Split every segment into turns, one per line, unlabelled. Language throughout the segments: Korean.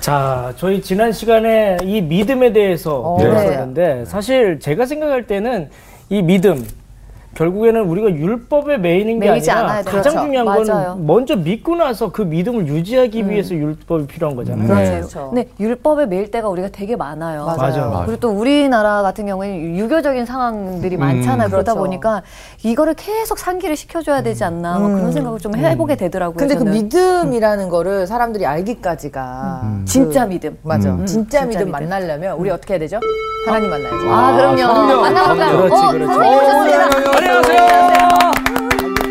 자, 저희 지난 시간에 이 믿음에 대해서
어,
배웠었는데 사실 제가 생각할 때는 이 믿음 결국에는 우리가 율법에 매이는 게
매이지
아니라
않아야 돼요.
가장
그렇죠.
중요한
맞아요.
건 먼저 믿고 나서 그 믿음을 유지하기 위해서 율법이 필요한 거잖아요.
그렇죠.
그렇죠.
근데 율법에 매일 때가 우리가 되게 많아요.
맞아요.
맞아요.
그리고 또 우리나라 같은 경우에는 유교적인 상황들이 많잖아요. 그러다
그렇죠.
보니까 이거를 계속 상기를 시켜줘야 되지 않나 막 그런 생각을 좀 해보게 되더라고요.
근데 그
저는.
믿음이라는 거를 사람들이 알기까지가
진짜 믿음.
맞아. 진짜
진짜
믿음
믿음.
만나려면 우리 어떻게 해야 되죠? 하나님 만나야죠. 네.
아, 그럼요.
그럼요.
만나볼까요?
그렇지,
어,
그렇지.
선생님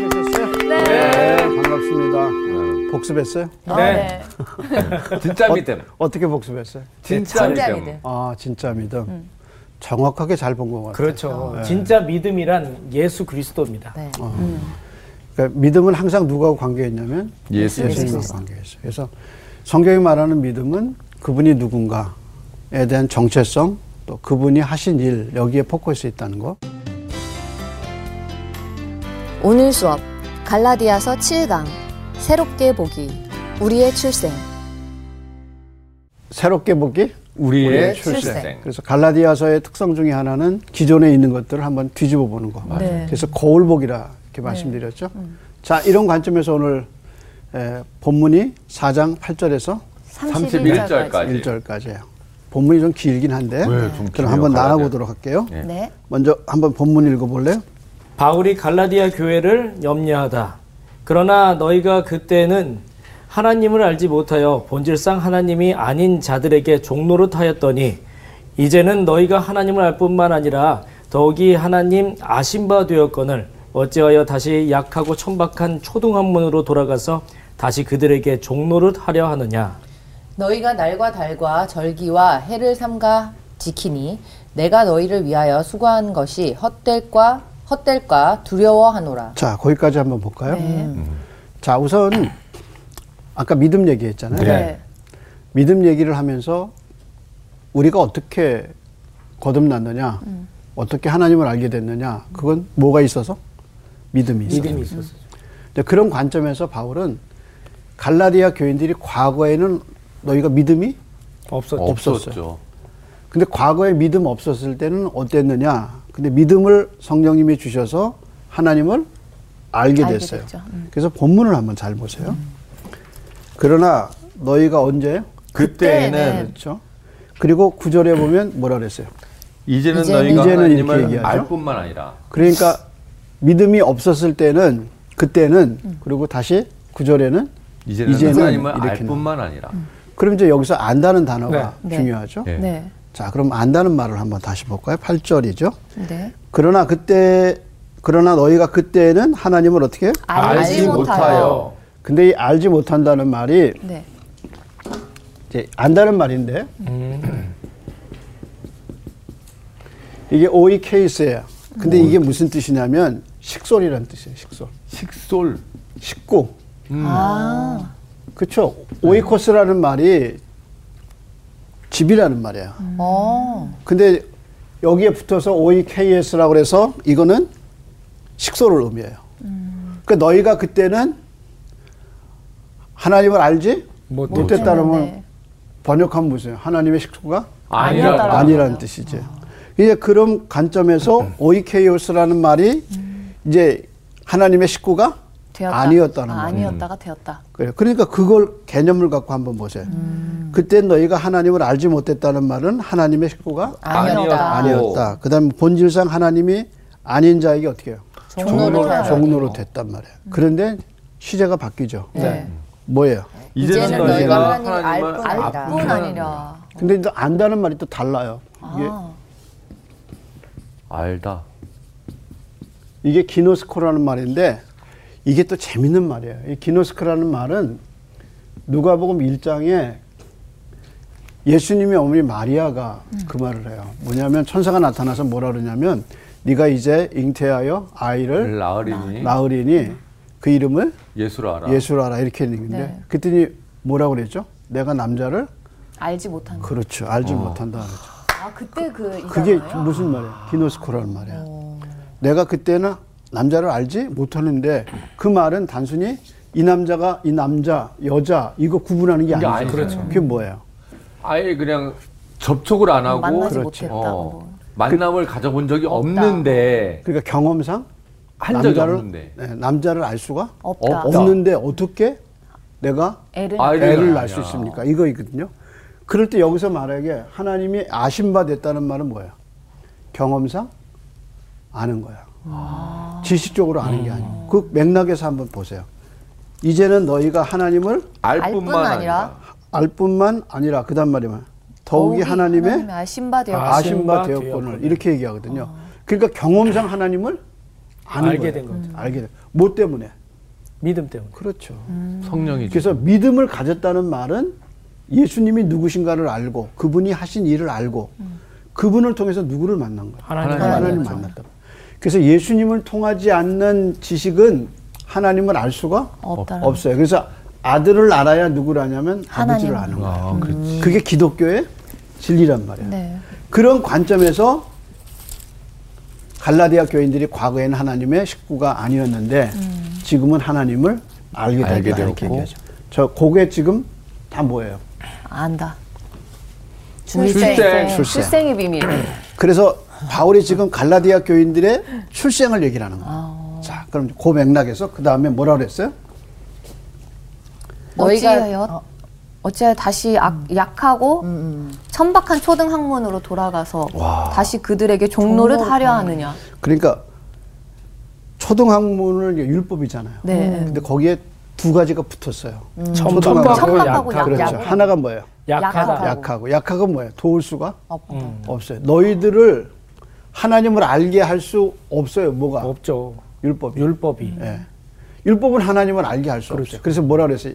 오셨습니다.
네,
반갑습니다. 복습했어요?
아,
네.
네.
진짜 믿음.
어떻게 복습했어요?
진짜
진짜
믿음.
믿음.
아 진짜 믿음. 정확하게 잘 본 것 같아요.
그렇죠. 진짜 믿음이란 예수 그리스도입니다.
네.
그러니까 믿음은 항상 누구하고 관계했냐면
예수
예수님과 관계했어요. 그래서 성경이 말하는 믿음은 그분이 누군가에 대한 정체성 또 그분이 하신 일 여기에 포커스 있다는 거.
오늘 수업 갈라디아서 7강 새롭게 보기 우리의 출생
새롭게 보기. 예,
우리의
출생.
출생.
그래서 갈라디아서의 특성 중에 하나는 기존에 있는 것들을 한번 뒤집어 보는 거.
네.
그래서 거울 보기라 이렇게 말씀드렸죠. 자, 이런 관점에서 오늘 에, 본문이 4장 8절에서
31절 까지.
31절까지.
1절까지예요. 본문이 좀 길긴 한데
네, 좀 길어요.
그럼 한번
가야 돼요.
나눠보도록 할게요.
네.
네.
먼저 한번 본문 읽어볼래요?
바울이 갈라디아 교회를 염려하다. 그러나 너희가 그때는 하나님을 알지 못하여 본질상 하나님이 아닌 자들에게 종로로 타였더니 이제는 너희가 하나님을 알 뿐만 아니라 더욱이 하나님 아신 바 되었거늘 어찌하여 다시 약하고 천박한 초등학문으로 돌아가서 다시 그들에게 종로를 하려 하느냐
너희가 날과 달과 절기와 해를 삼가 지키니 내가 너희를 위하여 수고한 것이 헛될과 헛될까 두려워하노라.
자, 거기까지 한번 볼까요?
음.
자, 우선 아까 믿음 얘기했잖아요.
네.
믿음 얘기를 하면서 우리가 어떻게 거듭났느냐, 어떻게 하나님을 알게 됐느냐, 그건 뭐가 있어서? 믿음이 있어서.
믿음이 있었어요.
근데 그런 관점에서 바울은 갈라디아 교인들이 과거에는 너희가 믿음이
없었죠.
없었죠.
근데 과거에 믿음 없었을 때는 어땠느냐? 근데 믿음을 성령님이 주셔서 하나님을 알게 음.
알게
됐어요.
됐죠.
그래서 본문을 한번 잘 보세요. 그러나 너희가 언제?
네.
그때는
그렇죠. 그리고 구절에 보면 뭐라 그랬어요?
이제는
이제는
너희가
이제는 이렇게
하나님을
얘기하죠.
알 뿐만 아니라
그러니까 믿음이 없었을 때는 그때는
음.
그리고 다시 구절에는
이제는,
이제는 음.
하나님을 알
이렇게
뿐만 아니라
그럼 이제 여기서 안다는 단어가
네. 네.
중요하죠.
네.
네.
자, 그럼 안다는 말을 한번 다시 볼까요? 8절이죠.
네.
그러나 그때 그러나 너희가 그때는 하나님을 어떻게 해요?
알지 못하여.
근데 이 알지 못한다는 말이
네.
이제 안다는 말인데 이게 오이 케이스예요. 근데 이게 무슨 뜻이냐면 식솔이라는 뜻이에요. 식솔.
식솔.
식구.
아,
그렇죠. 오이코스라는 말이 집이라는 말이에요.
어.
근데 여기에 붙어서 E OEKS라고 해서 이거는 식소를 의미해요. 그러니까 너희가 그때는 하나님을 알지
못-
못했다면
못했는데.
번역하면 무슨 하나님의 식소가
아니라.
아니라는 뜻이죠. 이제 그런 관점에서 OEKS라는 말이 이제 하나님의 식구가
되었다.
아니었다는
아,
말이에요.
아니었다가 되었다.
그래요. 그러니까 그걸 개념을 갖고 한번 보세요. 그때 너희가 하나님을 알지 못했다는 말은 하나님의 식구가
아니었다.
아니었다. 그다음 본질상 하나님이 아닌 자에게 어떻게 해요?
종로를 타야
종로로 됐단 말이에요. 그런데 시제가 바뀌죠.
네.
뭐예요?
이제는,
이제는
너희가
너희가
하나님을
하나님을 알뿐
알
아니라.
뿐 아니라.
근데 또 안다는 말이 또 달라요. 이게,
아,
알다.
이게 기노스코라는 말인데 이게 또 재밌는 말이에요. 이 기노스코라는 말은 누가복음 1장에 예수님의 어머니 마리아가
음.
그 말을 해요. 뭐냐면 천사가 나타나서 뭐라 그러냐면 네가 이제 잉태하여 아이를
나으리니
낳으리니 그 이름을
예수를 알아.
예수라 알아 이렇게 했는데
네.
그랬더니 뭐라고 그랬죠? 내가 남자를
알지 못한. 거.
그렇죠
어.
알지 못한다 그랬죠.
아, 그때 그
그게
이잖아요. 어.
무슨 말이야? 기노스코라는 말이야. 내가 그때는 남자를 알지 못하는데 그 말은 단순히 이 남자가 이 남자 여자 이거 구분하는 게
이게
아니죠.
아니죠. 그렇죠.
그게 뭐예요?
아예 그냥 접촉을 안 하고 그렇죠. 어.
만나지
그렇지.
못했다. 뭐.
만남을 가져본 적이
없다.
없는데
그러니까 경험상
한 적이
남자를-
없는데
네, 남자를 알 수가
없다.
없다.
없는데 어떻게 내가
애를
아이를
애를 낳을
낳냐.
수 있습니까? 이거거든요. 그럴 때 여기서 만약에 하나님이 아신 바 됐다는 말은 뭐예요? 경험상 아는 거야. 지식적으로 아는 게 아니고 그 맥락에서 한번 보세요. 이제는 너희가 하나님을
알
알
뿐만 아니라
알 뿐만 아니라 그단 말이면 더욱이
더욱이
하나님의
하나님의 아신 바 되어
아,
아신 바
아신 바
되었거늘
되었거늘.
이렇게 얘기하거든요. 그러니까 경험상 하나님을 아는
알게
거예요.
된 거죠.
알게 된. 뭐 때문에?
믿음 때문에.
그렇죠.
성령이죠.
그래서 믿음을 가졌다는 말은 예수님이 누구신가를 알고 그분이 하신 일을 알고 그분을 통해서 누구를 만난 거예요.
하나님
하나님
만났죠.
만났다. 그래서 예수님을 통하지 않는 지식은 하나님을 알 수가
없다라는
없어요. 그래서 아들을 알아야 누구를 아냐면
하나님을
아버지를 아는 거예요.
아, 그렇지.
그게 기독교의 진리란 말이에요.
네.
그런 관점에서 갈라디아 교인들이 과거에는 하나님의 식구가 아니었는데
음.
지금은 하나님을 알게
알게
됐다 이렇게
되었고.
얘기하죠. 저 그게 지금 다 뭐예요?
안다.
출생.
출생.
출생의 비밀.
그래서 바울이 지금 갈라디아 교인들의 출생을 얘기를 하는 거예요.
아.
자, 그럼 그 맥락에서 그 다음에 뭐라 그랬어요?
너희가-
어찌하여 어찌하여 다시 악, 약하고 천박한 초등 학문으로 돌아가서 다시 그들에게 종로를 타려 하느냐.
그러니까 초등학문을 이제 율법이잖아요.
네.
근데 거기에 두 가지가 붙었어요.
첨-
초등학문.
천박하고 약-
그렇죠.
약하고.
하나가 뭐예요?
약하다.
약하다.
약하고. 약하고 뭐예요? 도울 수가
없다.
없어요. 너희들을 하나님을 알게 할 수 없어요. 뭐가?
없죠. 네.
율법이. 그렇죠.
율법이.
예. 율법은 하나님을 알게 할 수 없어요. 그래서 뭐라 그랬어요?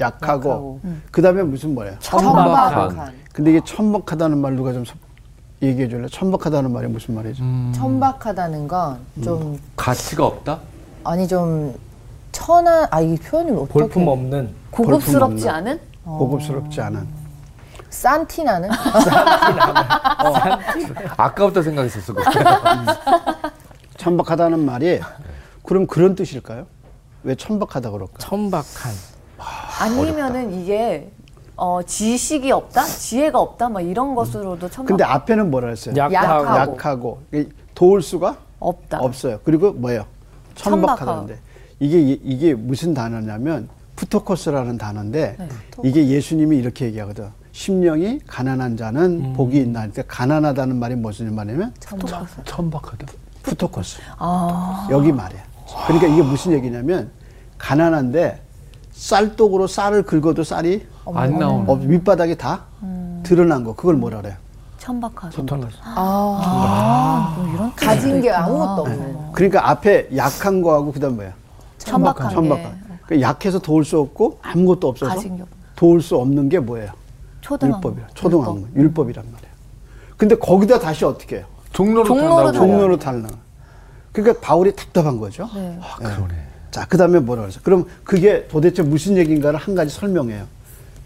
약하고. 그다음에 무슨 뭐예요?
천박한.
근데 이게 천박하다는 말 누가 좀 섭- 얘기해 줄래? 천박하다는 말이 무슨 말이죠?
천박하다는 건
음.
좀
가치가 없다?
아니 좀 천한 아 이 표현이 어떻게
볼품 없는
고급스럽지 않은?
고급스럽지 않은.
싼티 나는
아까부터 생각했었어. 그거.
천박하다는 말이 그럼 그런 뜻일까요? 왜 천박하다 그럴까?
천박한.
아니면은 이게 어, 지식이 없다? 지혜가 없다? 막 이런 것으로도 천박
근데 앞에는 뭐라 했어요?
약하고.
약하고.
약하고. 그러니까 도울 수가
없다.
없어요. 그리고 뭐예요? 천박하다는데. 이게, 이- 이게 무슨 단어냐면, 푸토코스라는 단어인데, 이게 예수님이 이렇게 얘기하거든. 심령이 가난한 자는
음.
복이 있나. 그러니까 가난하다는 말이 무슨 말이냐면,
천박하다.
푸토코스. 아. 여기 말이야. 그러니까 이게 무슨 얘기냐면, 가난한데, 쌀독으로 쌀을 긁어도 쌀이
안 나오는.
없- 밑바닥이 다 드러난 거. 그걸 뭐라 그래요?
천박하다.
가진 게 아무것도 없는 거.
그러니까 앞에 약한 거하고 그다음 뭐야?
아, 천박한 네.
천박한. 그러니까 약해서 도울 수 없고 아무것도 없어서
가진 게 없는.
도울 수 없는 게 뭐예요?
초등 학문.
율법이라. 초등학문. 율법이란 말이에요. 근데 거기다 다시 어떻게 해요?
종로로
종로로
탄다고.
달라요.
종로로 탈락. 그러니까 바울이 답답한 거죠. 예.
네.
아, 그러네.
자, 그다음에 뭐라 그랬어요? 그럼 그게 도대체 무슨 얘기인가를 한 가지 설명해요.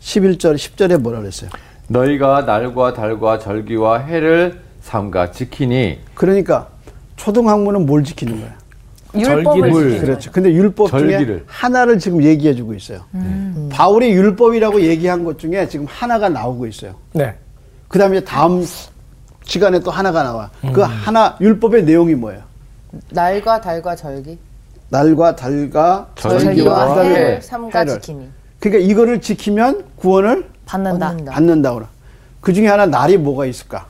11절, 10절에 뭐라 그랬어요?
너희가 날과 달과 절기와 해를 삼가 지키니
그러니까 초등학문은 뭘 지키는 거야?
절기를
율법을
지키는
지키는
그렇죠. 근데 율법 중에
네. 절기를.
하나를 지금 얘기해 주고 있어요.
음.
바울이 율법이라고 얘기한 것 중에 지금 하나가 나오고 있어요.
네.
그 다음에 다음 시간에 또 하나가 나와. 그 하나, 율법의 내용이 뭐예요?
날과 달과 절기
날과 달과
절기와
그다음에
해를
뭐예요?
네, 삼가
해를.
지키니.
그러니까 이거를 지키면 구원을
받는다.
얻는다.
받는다고. 그 중에 하나 날이 뭐가 있을까?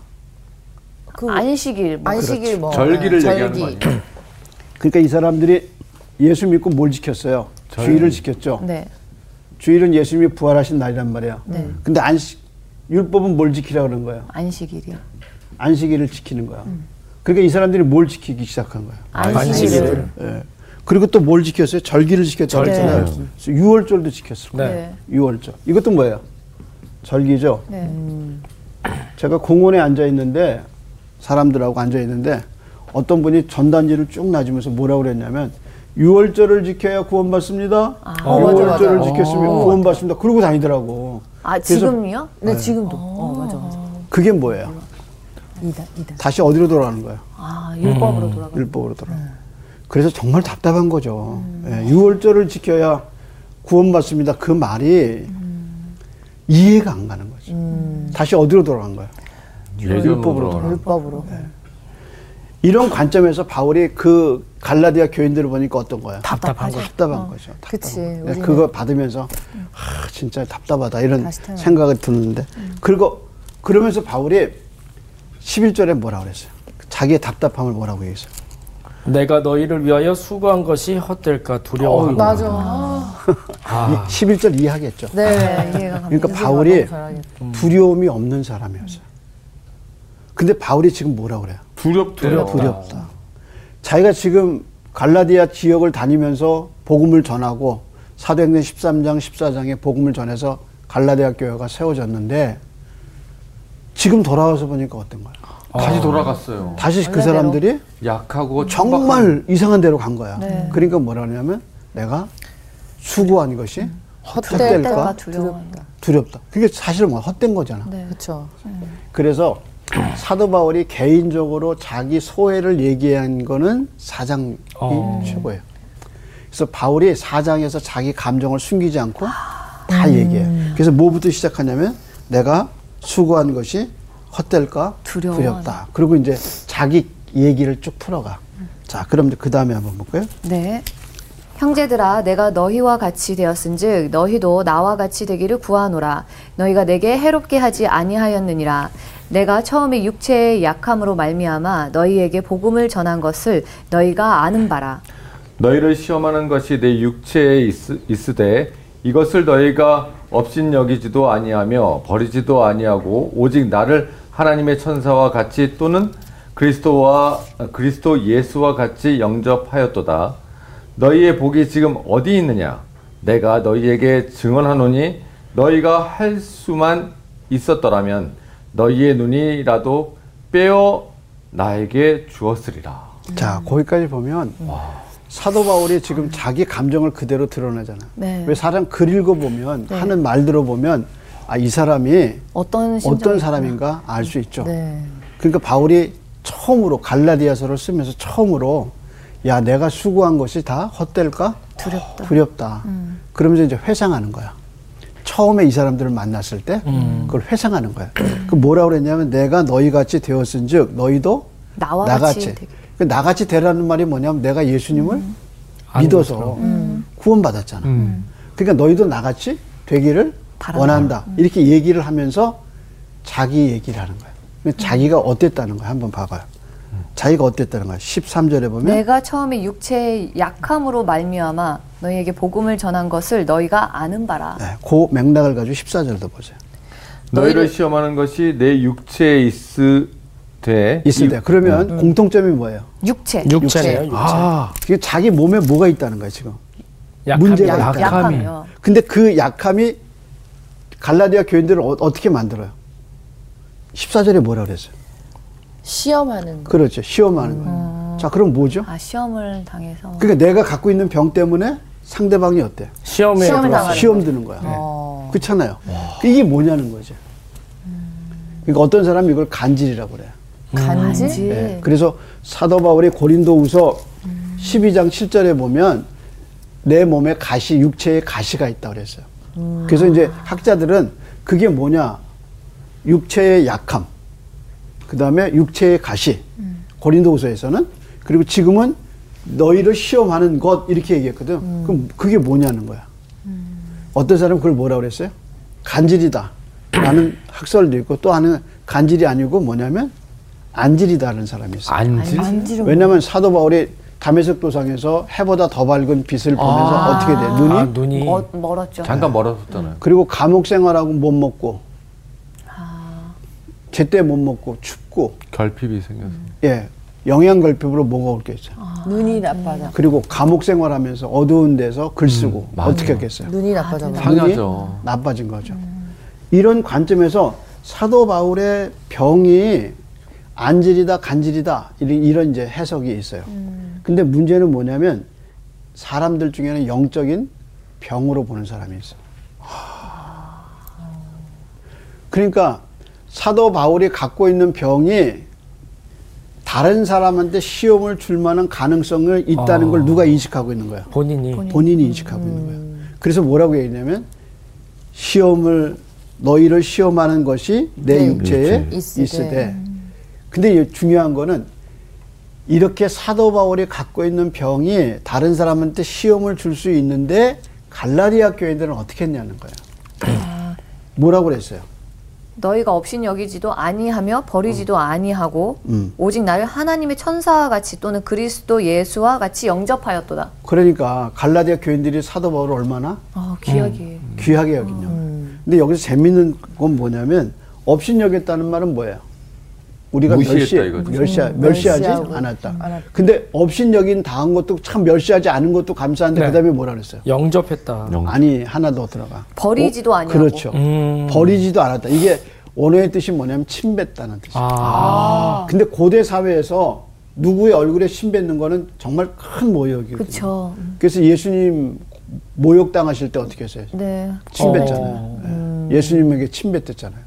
그
안식일 뭐
그렇죠.
안식일 뭐
절기를
네,
얘기하는 거 아니에요?
그러니까 이 사람들이 예수 믿고 뭘 지켰어요? 주의를 지켰죠.
그렇죠.
네.
주일은 예수님이 부활하신 날이란 말이에요. 근데 안식 율법은 뭘 지키라 그런 거예요?
안식일이요.
안식일을 지키는 거야. 그러니까 이 사람들이 뭘 지키기 시작한 거야.
안식일을.
예. 그리고 또 뭘 지켰어요? 절기를 지켰잖아요.
절기를.
네.
그래서 유월절도 지켰을 거예요.
네.
유월절. 이것도 뭐예요? 절기죠. 음.
네.
제가 공원에 앉아 있는데 사람들하고 앉아 있는데 어떤 분이 전단지를 쭉 놔주면서 뭐라고 그랬냐면 유월절을 지켜야 구원받습니다.
어, 맞아,
유월절을
맞아. 어.
지켰으면 구원받습니다. 그러고 다니더라고.
아
그래서
지금요?
네, 지금도. 어, 맞아, 맞아.
그게 뭐예요?
이단, 이단.
다시 어디로 돌아가는 거예요?
아 율법으로 돌아가.
율법으로 돌아.
네.
그래서 정말 답답한
음.
거죠. 예, 유월절을 지켜야 구원받습니다. 그 말이 이해가 안 가는 거죠. 다시 어디로 돌아간 거예요?
예전으로 돌아가는
율법으로. 네.
이런 관점에서 바울이 그 갈라디아 교인들을 보니까 어떤 거야?
답답한 거죠.
답답한 거죠. 답답한
어. 그치,
거예요.
우리는- 음.
그거 받으면서 아, 진짜 답답하다 이런
다시 태어나. 음.
생각을 드는데 그리고 그러면서 바울이 11절에 뭐라고 그랬어요? 자기의 답답함을 뭐라고 얘기했어요?
내가 너희를 위하여 수고한 것이 헛될까 두려워.
맞아.
아,
이 11절 이해하겠죠.
네, 이해가 갑니다.
그러니까 바울이
너무 잘하겠다.
음.
두려움이 없는 사람이었어요. 근데 바울이 지금 뭐라고 그래요?
두렵대요.
두렵다. 자기가 지금 갈라디아 지역을 다니면서 복음을 전하고 사도행전 13장 14장에 복음을 전해서 갈라디아 교회가 세워졌는데 지금 돌아와서 보니까 어떤 거야?
다시 돌아갔어요.
다시 그 사람들이
약하고 천박한
정말 이상한 데로 간 거야. 그러니까 뭐라 하냐면 내가 수고한 것이 헛될까
그러니까?
헛될까 두려워.
두렵다. 그게 사실은 뭐 헛된 거잖아.
그렇죠.
그래서 사도 바울이 개인적으로 자기 소회를 얘기한 거는 사장이
어.
최고예요. 그래서 바울이 사장에서 자기 감정을 숨기지 않고 다
음.
얘기해요. 그래서 뭐부터 시작하냐면 내가 수고한 것이 헛될까
두려워.
두렵다. 그리고 이제 자기 얘기를 쭉 풀어가. 자, 그럼 그 다음에 한번 볼까요?
네.
형제들아 내가 너희와 같이 되었은즉 너희도 나와 같이 되기를 구하노라 너희가 내게 해롭게 하지 아니하였느니라 내가 처음에 육체의 약함으로 말미암아 너희에게 복음을 전한 것을 너희가 아는 바라
너희를 시험하는 것이 내 육체에 있, 있으되 이것을 너희가 업신 여기지도 아니하며 버리지도 아니하고 오직 나를 하나님의 천사와 같이 또는 그리스도와 그리스도 예수와 같이 영접하였도다. 너희의 복이 지금 어디 있느냐? 내가 너희에게 증언하노니 너희가 할 수만 있었더라면 너희의 눈이라도 빼어 나에게 주었으리라.
자,
음.
거기까지 보면 사도 바울이 지금 자기 감정을 그대로 드러내잖아.
네.
왜 사람 글 읽어보면, 하는 말 들어보면, 아, 이 사람이
어떤 심정?
어떤 사람인가 알 수 있죠.
네.
그러니까 바울이 처음으로 갈라디아서를 쓰면서 처음으로 야, 내가 수고한 것이 다 헛될까? 두렵다. 두렵다.
음.
그러면서 이제 회상하는 거야. 처음에 이 사람들을 만났을 때 그걸 회상하는 거야. 그 뭐라 그랬냐면 내가 너희 같이 되었은즉 너희도
나와 같이
나같이.
되게. 음.
그 나같이 되라는 말이 뭐냐면 내가 예수님을
아는 음.
믿어서 구원받았잖아. 그러니까 너희도 나같이 되기를 원한다.
음.
이렇게 얘기를 하면서 자기 얘기를 하는 거야. 근데 자기가
음.
어땠다는 거야. 한번 봐봐요. 자기가 어땠다는 거야. 13절에 보면
내가 처음에 육체의 약함으로 말미암아 너희에게 복음을 전한 것을 너희가 아는 바라.
네, 그 맥락을 가지고 14절도 보세요.
너희를 시험하는 것이 내 육체에 있으되
있을 때. 그러면 공통점이 뭐예요?
육체.
음. 육체네요. 육체.
아, 이게 자기 몸에 뭐가 있다는 거야, 지금.
약함이
문제가
약함이.
약함이요.
근데 그 약함이 갈라디아 교인들을 어, 어떻게 만들어요? 14절에 뭐라 그랬어요?
시험하는 거.
그렇죠. 시험하는 거예요. 자, 그럼 뭐죠?
아 시험을 당해서.
그러니까 내가 갖고 있는 병 때문에 상대방이 어때?
시험에
시험에
들어서
당하는
시험 드는 거야. 네.
어.
그렇잖아요. 이게 뭐냐는 거죠. 그러니까 어떤 사람이 이걸 간질이라고 그래요.
간지?
예, 그래서 사도 바울이 고린도후서 12장 7절에 보면 내 몸에 가시 육체에 가시가 있다 그랬어요. 그래서 이제 학자들은 그게 뭐냐 육체의 약함, 그 다음에 육체의 가시 고린도후서에서는 그리고 지금은 너희를 시험하는 것 이렇게 얘기했거든. 그럼 그게 뭐냐는 거야. 어떤 사람은 그걸 뭐라 그랬어요? 간질이다. 라는 학설도 있고 또 하나는 간질이 아니고 뭐냐면 안질이다라는 사람이 있어요.
안지
왜냐하면 사도 바울이 다메섹 도상에서 해보다 더 밝은 빛을 보면서 어떻게
네,
돼? 눈이
아, 눈이
멀,
그
멀었죠.
잠깐 멀어졌잖아요.
그리고 감옥 생활하고 못 먹고 제때 못 먹고 춥고
결핍이 생겨서
예 영양 결핍으로 뭐가 올게 있어요.
눈이 나빠져.
그리고 감옥 생활하면서 어두운 데서 글 쓰고 어떻게 했겠어요?
아, 눈이 나빠져.
음. 상하죠. 음.
나빠진 거죠. 이런 관점에서 사도 바울의 병이 안질이다 간질이다 이런, 이런 이제 해석이 있어요.
음.
근데 문제는 뭐냐면 사람들 중에는 영적인 병으로 보는 사람이 있어. 그러니까 사도 바울이 갖고 있는 병이 다른 사람한테 시험을 줄 만한 가능성을
아.
있다는 걸 누가 인식하고 있는 거야?
본인이
본인이 인식하고 있는 거예요. 그래서 뭐라고 얘기냐면 시험을 너희를 시험하는 것이 내
네.
육체에
있으되.
있으되. 근데 이 중요한 거는 이렇게 사도 바울이 갖고 있는 병이 다른 사람한테 시험을 줄 수 있는데 갈라디아 교인들은 어떻게 했냐는 거예요. 뭐라고 그랬어요?
너희가 없인 여기지도 아니하며 버리지도 아니하고
음.
오직 나를 하나님의 천사와 같이 또는 그리스도 예수와 같이 영접하였도다.
그러니까 갈라디아 교인들이 사도 바울을 얼마나
아, 귀하게.
귀하게 여긴요. 근데 여기서 재밌는 건 뭐냐면 없인 여겼다는 말은 뭐예요? 우리가
무시했다
멸시,
이거죠.
멸시,
음,
멸시하지
멸시하고
않았다.
않았다.
근데 없인 여긴 당한 것도 참 멸시하지 않은 것도 감사한데
네.
그다음에 뭐라 그랬어요?
영접했다.
아니 하나 더 들어가.
버리지도
어?
아니하고.
그렇죠.
음.
버리지도 않았다. 이게 원어의 뜻이 뭐냐면 침뱉다는 뜻이에요.
아,
근데 고대 사회에서 누구의 얼굴에 침뱉는 거는 정말 큰 모욕이거든요.
그렇죠. 음,
그래서 예수님 모욕 당하실 때 어떻게 했어요?
네.
어.
침뱉잖아요.
음.
예. 예수님에게 침뱉었잖아요.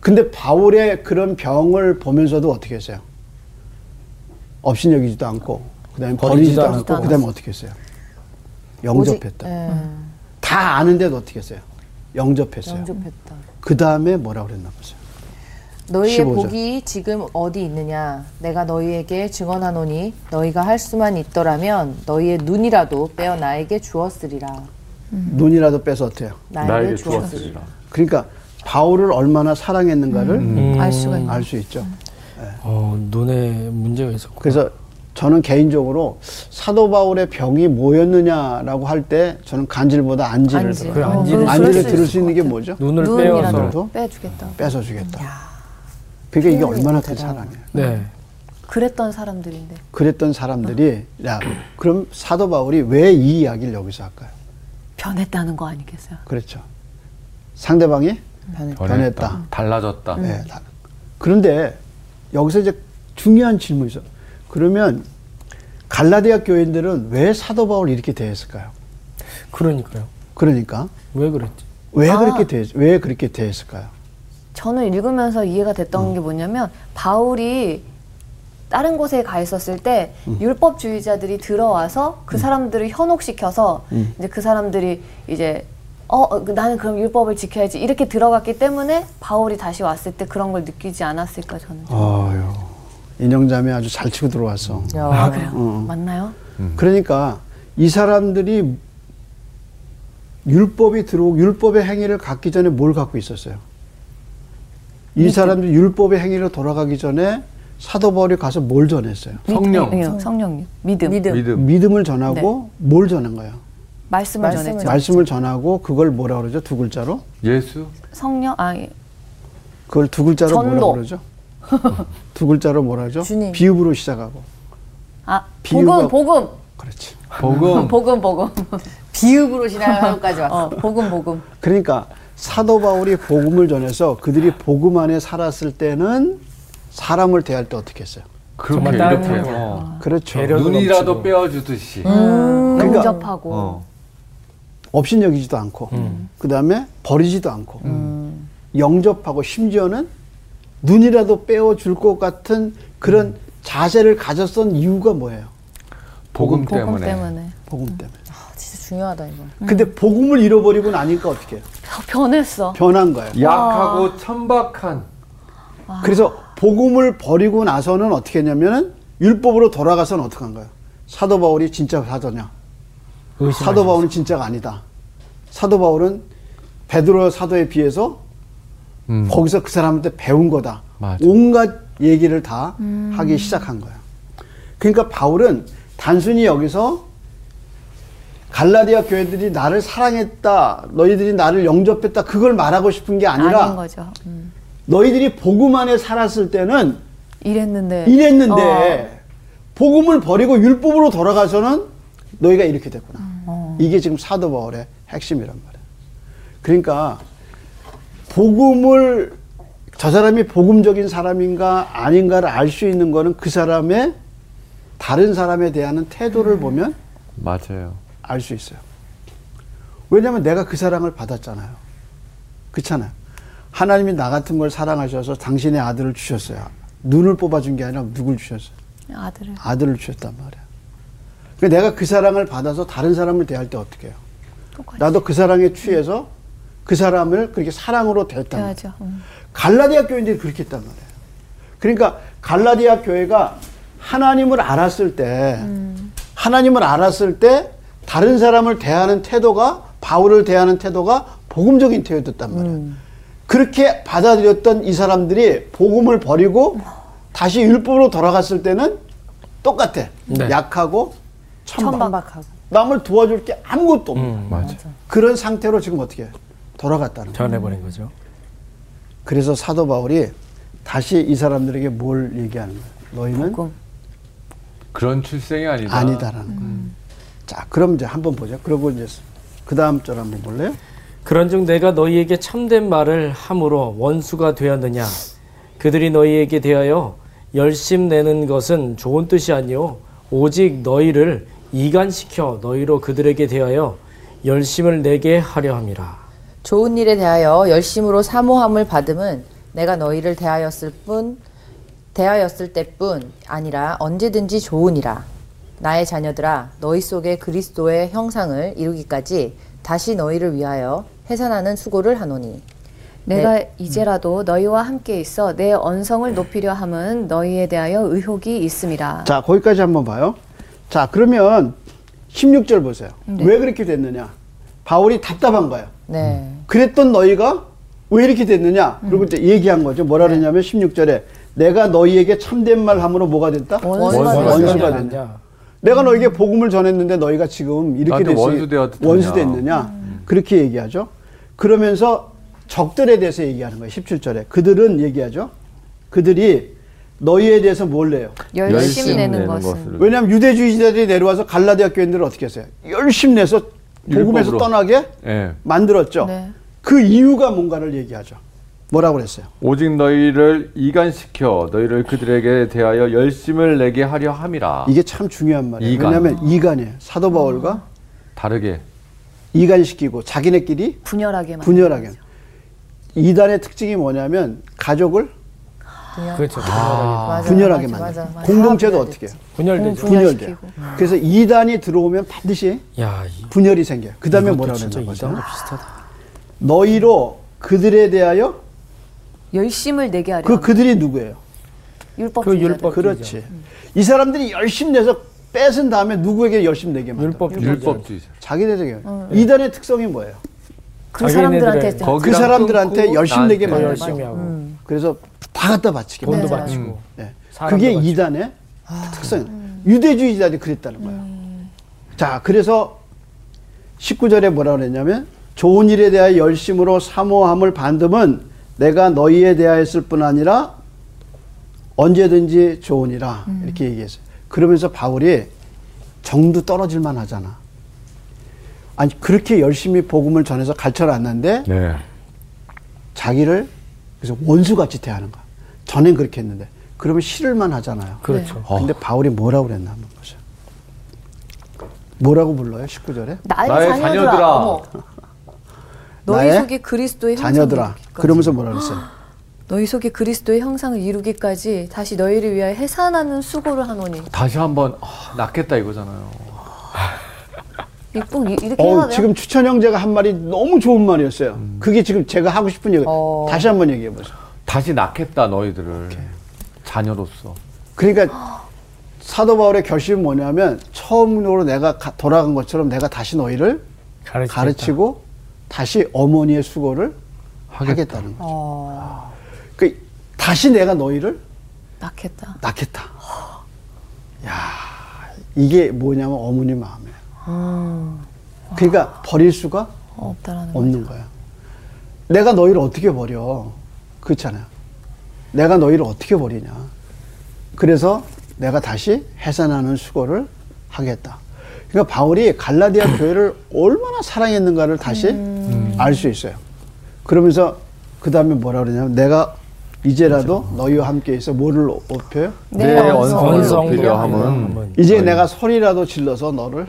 근데 바울의 그런 병을 보면서도 어떻게 했어요? 업신여기지도 않고, 그다음에
버리지도
버리지도,
않았고. 예.
않고, 그다음에 어떻게 했어요? 영접했다.
예,
다 아는데도 어떻게 했어요? 영접했어요.
영접했다.
그 다음에 뭐라 그랬나 보세요.
너희의
15절.
복이 지금 어디 있느냐? 내가 너희에게 증언하노니 너희가 할 수만 있더라면 너희의 눈이라도 빼어 나에게 주었으리라.
음.
눈이라도 빼서 어때요?
나에게,
나에게
주었으리라.
주었으리라.
그러니까 바울을 얼마나 사랑했는가를
음.
알 수가 있는.
알 수 있죠.
어, 눈에 문제가 있었고.
그래서 저는 개인적으로 사도 바울의 병이 뭐였느냐라고 할 때 저는 간질보다 안질을
안질.
들어요.
그
어,
안지를
그럴
안질을
수
들을
있을
수 있는 게 뭐죠?
눈을 빼어서.
눈이라도
빼어서.
빼주겠다.
뺏어 주겠다. 그게 이게 얼마나 큰 사랑이에요.
네.
그랬던 사람들인데.
그랬던 사람들이 야 그럼 사도 바울이 왜 이 이야기를 여기서 할까요?
변했다는 거 아니겠어요?
그렇죠. 상대방이 어.
변했다.
변했다.
달라졌다.
네, 다. 그런데 여기서 이제 중요한 질문이 있어. 그러면 갈라디아 교인들은 왜 사도 바울 이렇게 대했을까요?
그러니까요.
그러니까
왜 그랬지?
왜 그렇게 대했, 왜 그렇게 대했을까요?
저는 읽으면서 이해가 됐던
음.
게 뭐냐면 바울이 다른 곳에 가 있었을 때
음.
율법주의자들이 들어와서 그 사람들을 현혹시켜서
음.
이제 그 사람들이 이제 어 어, 그 나는 그럼 율법을 지켜야지 이렇게 들어갔기 때문에 바울이 다시 왔을 때 그런 걸 느끼지 않았을까 저는
어, 아유. 인형자매 아주 잘 치고 들어왔어.
야,
그래요 맞나요?
그러니까 이 사람들이 율법이 들어오고 율법의 행위를 갖기 전에 뭘 갖고 있었어요? 이 사람들이 율법의 행위로 돌아가기 전에 사도바울이 가서 뭘 전했어요?
성령.
믿- 예, 성령 믿음,
믿음.
믿음.
믿음을 전하고 뭘 전한 거예요?
말씀을
말씀을
전했죠
말씀을 전하고 그걸 뭐라 그러죠? 두 글자로?
예수.
성령 아 예.
그걸 두 글자로 뭐라
전도.
그러죠? 두 글자로 뭐라 그러죠?
주님.
비읍으로 시작하고
아, 복음
비유가-
복음
그렇지.
아, 복음.
복음 복음
비읍으로 지나가까지 왔어.
어 복음 복음
그러니까 사도 바울이 복음을 전해서 그들이 복음 안에 살았을 때는 사람을 대할 때 어떻게 했어요?
그렇게
정말
이렇게.
따뜻해요.
어.
그렇죠.
배려.
눈이라도
넘치고.
빼어주듯이.
그러니까-
음. 영접하고
어.
업신여기지도 않고, 그 다음에 버리지도 않고, 영접하고 심지어는 눈이라도 빼어줄 것 같은 그런 자세를 가졌던 이유가 뭐예요?
복음,
복음
때문에.
때문에
복음 때문에.
아, 진짜 중요하다 이거.
근데 복음을 잃어버리고 나니까 어떻게 해요?
변했어
변한 거예요.
약하고 천박한.
그래서 복음을 버리고 나서는 어떻게 했냐면은 율법으로 돌아가서는 어떻게 한 거예요? 사도 바울이 진짜 사도냐? 사도 바울은 진짜가 아니다. 사도 바울은 베드로 사도에 비해서
음.
거기서 그 사람한테 배운 거다.
맞아.
온갖 얘기를 다
음.
하기 시작한 거야. 그러니까 바울은 단순히 여기서 갈라디아 교회들이 나를 사랑했다, 너희들이 나를 영접했다, 그걸 말하고 싶은 게 아니라
아닌 거죠 음.
너희들이 복음 안에 살았을 때는
이랬는데 어.
이랬는데 복음을 버리고 율법으로 돌아가서는 너희가 이렇게 됐구나. 이게 지금 사도 바울의 핵심이란 말이야. 그러니까 복음을 저 사람이 복음적인 사람인가 아닌가를 알 수 있는 거는 그 사람의 다른 사람에 대한 태도를 보면
맞아요.
알 수 있어요. 왜냐하면 내가 그 사랑을 받았잖아요. 그렇잖아요. 하나님이 나 같은 걸 사랑하셔서 당신의 아들을 주셨어요. 눈을 뽑아준 게 아니라 누굴 주셨어요?
어, 아들을
아들을 주셨단 말이야. 그 내가 그 사랑을 받아서 다른 사람을 대할 때 어떻게 해요?
똑같이
나도 그 사랑에 취해서 그 그 사람을 그렇게 사랑으로 대했단 말이에요.
해야죠. 음.
갈라디아 교인들이 그렇게 했단 말이에요. 그러니까 갈라디아 교회가 하나님을 알았을 때, 음. 하나님을 알았을 때 다른 사람을 대하는 태도가 바울을 대하는 태도가 복음적인 태도였단 말이에요. 그렇게 받아들였던 이 사람들이 복음을 버리고 다시 율법으로 돌아갔을 때는 똑같아.
네.
약하고 천박.
천박하고.
남을 도와줄 게 아무것도 없는
음.
맞아.
그런 상태로 지금 어떻게 돌아갔다는 거예요.
변해버린 거죠.
그래서 사도 바울이 다시 이 사람들에게 뭘 얘기하는 거예요? 너희는
그런 출생이 아니다.
아니다라는 거예요. 자, 그럼 이제 한번 보자. 그러고 이제 그 다음 절 한번 볼래요?
그런즉 내가 너희에게 참된 말을 함으로 원수가 되었느냐? 그들이 너희에게 대하여 열심 내는 것은 좋은 뜻이 아니요 오직 너희를 이간시켜 너희로 그들에게 대하여 열심을 내게 하려 함이라.
좋은 일에 대하여 열심으로 사모함을 받음은 내가 너희를 대하였을 뿐 대하였을 때뿐 아니라 언제든지 좋으니라 나의 자녀들아 너희 속에 그리스도의 형상을 이루기까지 다시 너희를 위하여 해산하는 수고를 하노니
네.
내가 이제라도 너희와 함께 있어 내 언성을 높이려 함은 너희에 대하여 의혹이 있음이라.
자, 거기까지 한번 봐요. 자, 그러면 16절 보세요. 왜 그렇게 됐느냐? 바울이 답답한 거예요. 음.
네
그랬던 너희가 왜 이렇게 됐느냐? 그리고 이제 얘기한 거죠. 뭐라 그러냐면 16절에 내가 너희에게 참된 말 함으로 뭐가 됐다?
원수가
원수가
원수가 됐냐? 내가 너에게 복음을 전했는데 너희가 지금 이렇게
나한테
됐으니
원수 되었느냐.
원수 됐느냐 그렇게 얘기하죠. 그러면서 적들에 대해서 얘기하는 거예요. 17절에 그들은 얘기하죠. 그들이 너희에 대해서 뭘내요
열심, 내는, 것은
왜냐하면 유대주의자들이 내려와서 갈라디아 교인들을 어떻게 했어요? 열심 내서 복음에서
율법으로.
떠나게
예.
만들었죠.
네.
그 이유가 뭔가를 얘기하죠. 뭐라고 그랬어요?
오직 너희를 이간시켜 너희를 그들에게 대하여 열심을 내게 하려 함이라.
이게 참 중요한 말이에요.
아. 이간.
왜냐하면 이간이에요. 사도 바울과
다르게
이간시키고 자기네끼리
분열하게 만드는
분열하게.
거죠.
이단의 특징이 뭐냐면 가족을
그렇죠.
맞아,
분열하게
맞아, 맞아,
만드는
맞아.
공동체도
사업해야
어떻게 해요?
분열되죠.
분열돼요.
음.
그래서 이단이 들어오면 반드시
음. 야, 이
분열이 생겨요. 그 다음에
이것도
뭐라
진짜
그러는 거죠?
이단과 비슷하다.
너희로 그들에 대하여
열심을 내게 하려.
그
그,
그들이 누구예요?
율법
그
그
율법
그렇지. 이 사람들이 열심 내서 뺏은 다음에 누구에게 열심 내게 만들어?
율법
율법주의자.
자기네들에게. 이단의 특성이 뭐예요?
그 사람들한테
자기네들의
거기랑
사람들한테
끊고
열심 내게
더
만들어.
맞아요.
열심히 하고
그래서 다 갖다 바치게
돈도
만들어요.
바치고
음.
음. 네.
사람도
그게
바치고. 아. 음.
이단의 특성. 유대주의자들이 그랬다는 거예요. 자, 그래서 19절에 뭐라 그랬냐면 좋은 일에 대하여 열심으로 사모함을 반듬은 내가 너희에 대하였을 뿐 아니라 언제든지 좋으니라
음.
이렇게 얘기했어요. 그러면서 바울이 정도 떨어질 만하잖아. 아니 그렇게 열심히 복음을 전해서 갈철않는데
네.
자기를 그래서 원수같이 대하는 거야. 전엔 그렇게 했는데 그러면 싫을만
네.
하잖아요.
그렇죠.
근데 바울이 뭐라고 그랬나 한번 보자. 뭐라고 불러요? 19절에?
나의,
나의
자녀들아.
자녀들아.
어머. 너희
나의
속에 그리스도의 형상을
자녀들아.
이루기까지. 아,
그러면서 뭐라 그랬어요?
너희 속에 그리스도의 형상을 이루기까지 다시 너희를 위하여 해산하는 수고를 하노니.
다시 한번 아, 낫겠다 이거잖아요.
이꼭 이렇게 해야
어,
돼요?
지금 추천 형제가 한 말이 너무 좋은 말이었어요. 그게 지금 제가 하고 싶은 얘기.
어.
다시 한번 얘기해 보세요.
다시 낳겠다 너희들을 자녀로서
그러니까 사도 바울의 결심은 뭐냐면 처음으로 내가 가- 돌아간 것처럼 내가 다시 너희를
가르치겠다.
가르치고 다시 어머니의 수고를
하겠다.
하겠다는 거예요.
어,
그 다시 내가 너희를
낳겠다.
낳겠다. 야 이게 뭐냐면 어머니 마음이에요. 그러니까 버릴 수가
어, 없다라는 거.
없는 거야. 내가 너희를 어떻게 버려? 그렇잖아요. 내가 너희를 어떻게 버리냐? 그래서 내가 다시 해산하는 수고를 하겠다. 그러니까 바울이 갈라디아 음. 교회를 얼마나 사랑했는가를 다시 알 수 있어요. 그러면서 그 다음에 뭐라 그러냐면 내가 이제라도 네. 너희와 함께 있어 뭐를 높여요?
내
음. 원성
언성을 필요함은
필요함은
이제 내가 소리라도 질러서 너를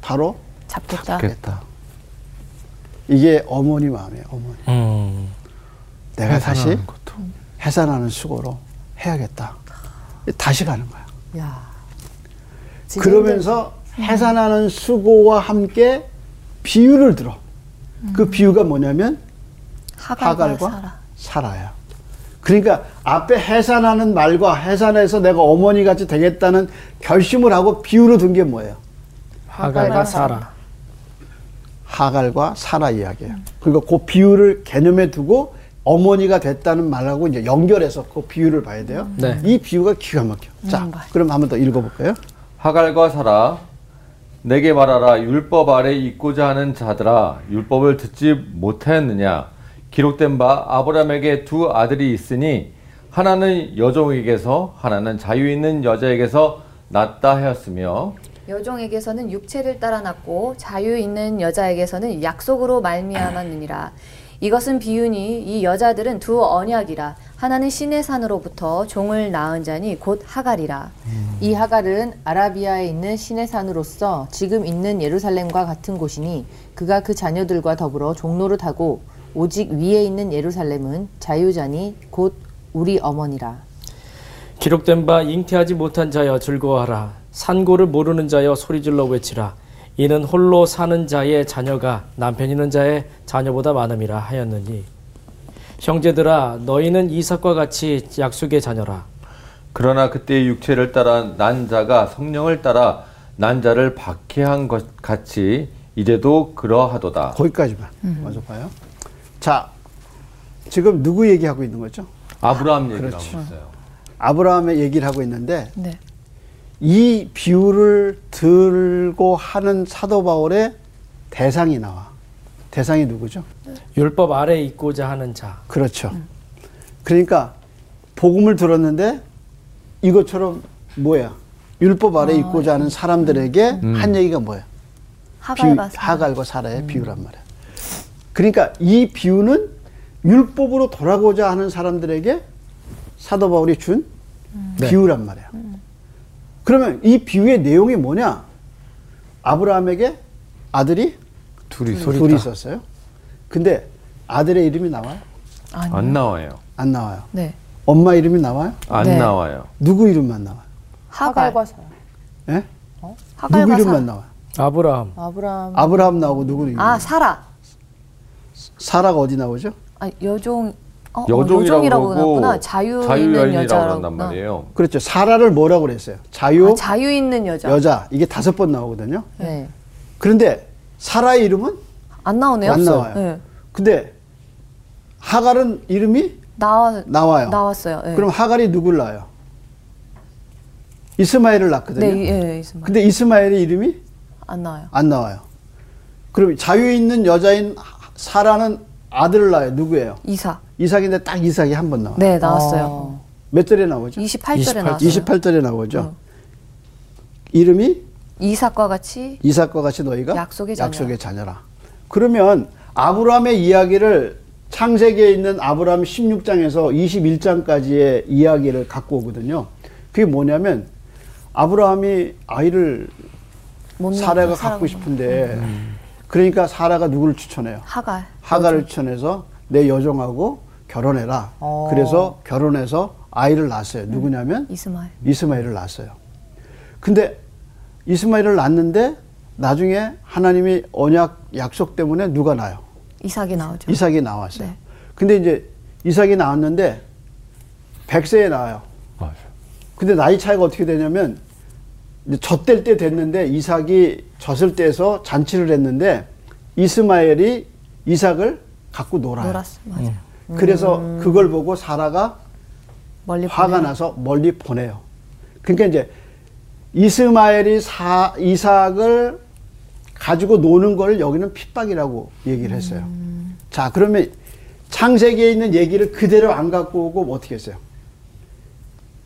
바로
잡겠다.
낫겠다.
이게 어머니 마음이에요. 어머니.
음.
내가 다시 해산하는 수고로 해야겠다. 다시 가는 거야.
야
음.
그러면서 해산하는 수고와 함께 비유를 들어. 그 비유가 뭐냐면
음. 하갈과
하갈과?
사라.
살아요. 그러니까 앞에 해산하는 말과 해산해서 내가 어머니 같이 되겠다는 결심을 하고 비유로 둔 게 뭐예요?
하갈과 사라.
하갈과 사라 이야기예요. 그러니까 그 비유를 개념에 두고 어머니가 됐다는 말하고 이제 연결해서 그 비유를 봐야 돼요.
네.
이 비유가 기가 막혀. 자, 그럼 한번 더 읽어볼까요?
하갈과 사라 내게 말하라 율법 아래 있고자 하는 자들아 율법을 듣지 못하였느냐 기록된 바 아브람에게 두 아들이 있으니 하나는 여종에게서 하나는 자유 있는 여자에게서 낳다 하였으며
여종에게서는 육체를 따라 났고 자유 있는 여자에게서는 약속으로 말미암았느니라. 이것은 비유니 이 여자들은 두 언약이라 하나는 신의 산으로부터 종을 낳은 자니 곧 하갈이라.
이 하갈은 아라비아에 있는 신의 산으로서 지금 있는 예루살렘과 같은 곳이니 그가 그 자녀들과 더불어 종로를 타고 오직 위에 있는 예루살렘은 자유자니 곧 우리 어머니라.
기록된 바 잉태하지 못한 자여 즐거워하라. 산고를 모르는 자여 소리질러 외치라. 이는 홀로 사는 자의 자녀가 남편 있는 자의 자녀보다 많음이라 하였느니. 형제들아 너희는 이삭과 같이 약속의 자녀라.
그러나 그때 육체를 따라 난 자가 성령을 따라 난 자를 박해한 것 같이 이제도 그러하도다
거기까지만 먼저 봐요. 자, 지금 누구 얘기하고 있는 거죠?
아브라함 얘기라고 했어요
아브라함의 얘기를 하고 있는데
네.
이 비유를 들고 하는 사도 바울의 대상이 나와. 대상이 누구죠?
율법 아래 있고자 하는 자.
그렇죠. 그러니까 복음을 들었는데 이것처럼 뭐야? 율법 아래 있고자 하는
음.
사람들에게 한 얘기가 뭐야?
예. 하갈과 사라. 음.
하갈과 사라의 비유란 말이야. 그러니까 이 비유는 율법으로 돌아가고자 하는 사람들에게 사도 바울이 준
음.
네.
비유란 말이야. 그러면 이 비유의 내용이 뭐냐? 아브라함에게 아들이
둘이
둘이, 있었어요. 근데 아들의 이름이 나와요?
아,
안 나와요
안 나와요.
네.
엄마 이름이 나와요?
안
네.
나와요
누구 이름만 나와요?
하갈.
예? 누구
하갈과
이름만
사라.
나와요?
아브라함.
아브라함
아브라함 나오고 누구 이름?
아 사라.
사라가 어디 나오죠?
아, 여종. 어, 어,
여종이라고,
그러고
그러구나. 자유 있는
자유여인이라고
여자라고
한단 말이에요.
그렇죠. 사라를 뭐라고 그랬어요? 자유,
아, 자유 있는 여자.
여자. 이게 다섯 번 나오거든요.
네.
그런데 사라의 이름은
안 나오네요.
안 나와요.
네.
근데 하갈은 이름이
나와
나와요.
나왔어요. 네.
그럼 하갈이 누굴 낳아요? 이스마엘을 낳거든요. 그
네, 예, 예, 있습니다.
근데 이스마엘의 이름이
안 나와요.
안 나와요. 그럼 자유 있는 여자인 사라는 아들을 낳아요. 누구예요?
이사.
이삭인데 딱 이삭이 한 번 나와요.
네, 나왔어요.
몇 절에 나오죠?
28절에
28.
나왔어요.
28절에 나오죠. 이름이
이삭과 같이
이삭과 같이 너희가
약속의 자녀라.
라 그러면 아브라함의 이야기를 창세기에 있는 아브라함 16장에서 21장까지의 이야기를 갖고 오거든요. 그게 뭐냐면 아브라함이 아이를
못
사라가
낳은
갖고
사라구나.
싶은데
음.
그러니까 사라가 누구를 추천해요?
하갈.
하가를
그렇죠.
추천해서 내 여종하고 결혼해라.
어.
그래서 결혼해서 아이를 낳았어요. 누구냐면
이스마엘.
이스마엘을 낳았어요. 근데 이스마엘을 낳는데 나중에 하나님이 언약 약속 때문에 누가 나요?
이삭이 나오죠.
이삭이 나왔어요. 근데 이제 이삭이 나왔는데 100세에 나와요.
맞아요.
근데 나이 차이가 어떻게 되냐면 이제 젖될 때 됐는데 이삭이 젖을 때에서 잔치를 했는데 이스마엘이 이삭을 갖고 놀아요.
놀았어. 맞아요.
예.
그래서 그걸 보고 사라가
멀리
화가
보내요.
나서 멀리 보내요. 그러니까 이제 이스마엘이 사, 이삭을 가지고 노는 걸 여기는 핍박이라고 얘기를 했어요.
음.
자, 그러면 창세기에 있는 얘기를 그대로 안 갖고 오고 뭐 어떻게 했어요?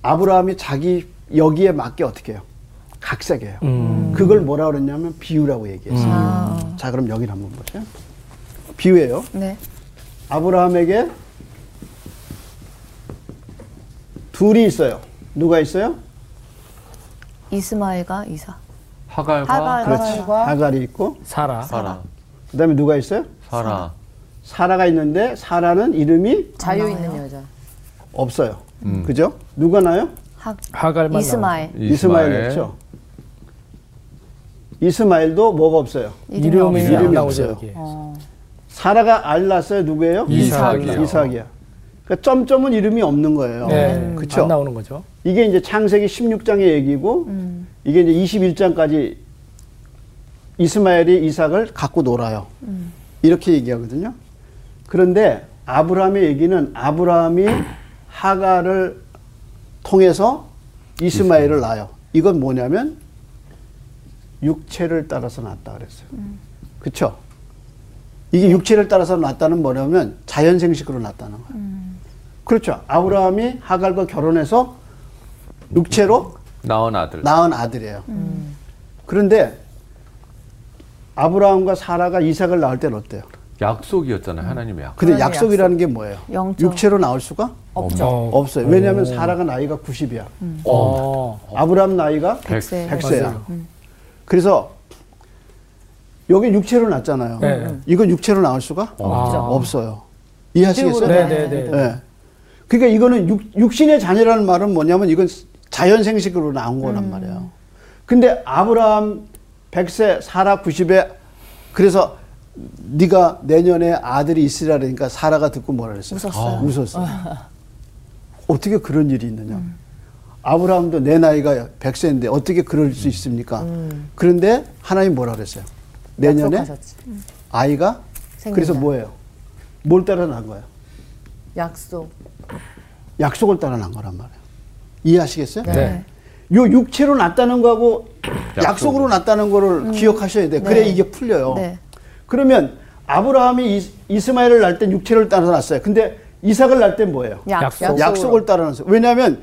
아브라함이 자기 여기에 맞게 어떻게 해요? 각색해요. 그걸 뭐라 그랬냐면 비유라고 얘기했어요.
아.
자, 그럼 여기를 한번 보세요. 비유예요.
네.
아브라함에게 둘이 있어요. 누가 있어요?
이스마엘과 이삭.
하갈과
하갈.
그렇지. 하갈이 있고
사라.
사라
그다음에 누가 있어요?
사라
사라가 있는데 사라는 이름이
자유 있는 여자.
없어요. 그죠? 누가 나요?
하
하갈만
이스마엘.
이스마엘 있죠. 이스마엘도 뭐가 없어요?
나오죠. 이름이
이름이
안 나오죠
없어요.
여기.
사라가 알 낳았어요 누구예요?
이삭이요.
이삭이야. 그러니까 점점은 이름이 없는 거예요.
네.
그렇죠.
안 나오는 거죠.
이게 이제 창세기 16장의 얘기고 이게 이제 21장까지 이스마엘이 이삭을 갖고 놀아요. 이렇게 얘기하거든요. 그런데 아브라함의 얘기는 아브라함이 하가를 통해서 이스마엘을 낳아요. 이건 뭐냐면 육체를 따라서 낳았다 그랬어요. 그렇죠? 이게 육체를 따라서 낳았다는 뭐냐면 자연 생식으로 낳았다는 거예요. 그렇죠. 아브라함이 하갈과 결혼해서 육체로
낳은 아들.
낳은 아들이에요. 그런데 아브라함과 사라가 이삭을 낳을 때는 어때요?
약속이었잖아요. 하나님의 약속.
근데 약속이라는 게 뭐예요?
영적.
육체로 낳을 수가
없죠.
없어요. 왜냐하면 사라가 나이가 90이야.
어.
아브라함 나이가
네.
백세.
100세야.
음.
그래서 여기 육체로 낳잖아요.
네.
이건 육체로 낳을 수가
없죠.
없어요. 이해하시겠어요?
네, 네, 네.
예. 그러니까 이거는 육, 육신의 자녀라는 말은 뭐냐면 이건 자연 생식으로 나온
음.
거란 말이에요. 근데 아브라함 100세 사라 90에 그래서 네가 내년에 아들이 있으라 그러니까 사라가 듣고 뭐라 그랬어요?
웃었어요.
웃었어요. 어떻게 그런 일이 있느냐? 아브라함도 내 나이가 100세인데 어떻게 그럴
음.
수 있습니까? 그런데 하나님 뭐라 그랬어요? 내년에
약속하셨지.
아이가 그래서
생긴다.
뭐예요? 뭘 따라 난 거예요?
약속.
약속을 따라 난 거란 말이에요. 이해하시겠어요?
네. 네.
요 육체로 났다는 거하고
약속으로.
약속으로 났다는 거를
음.
기억하셔야 돼. 그래 이게 풀려요.
네.
그러면 아브라함이 이- 이스마엘을 낳을 땐 육체를 따라 났어요. 근데 이삭을 낳을 땐 뭐예요?
약속.
약속으로.
약속을 따라 났어요. 왜냐하면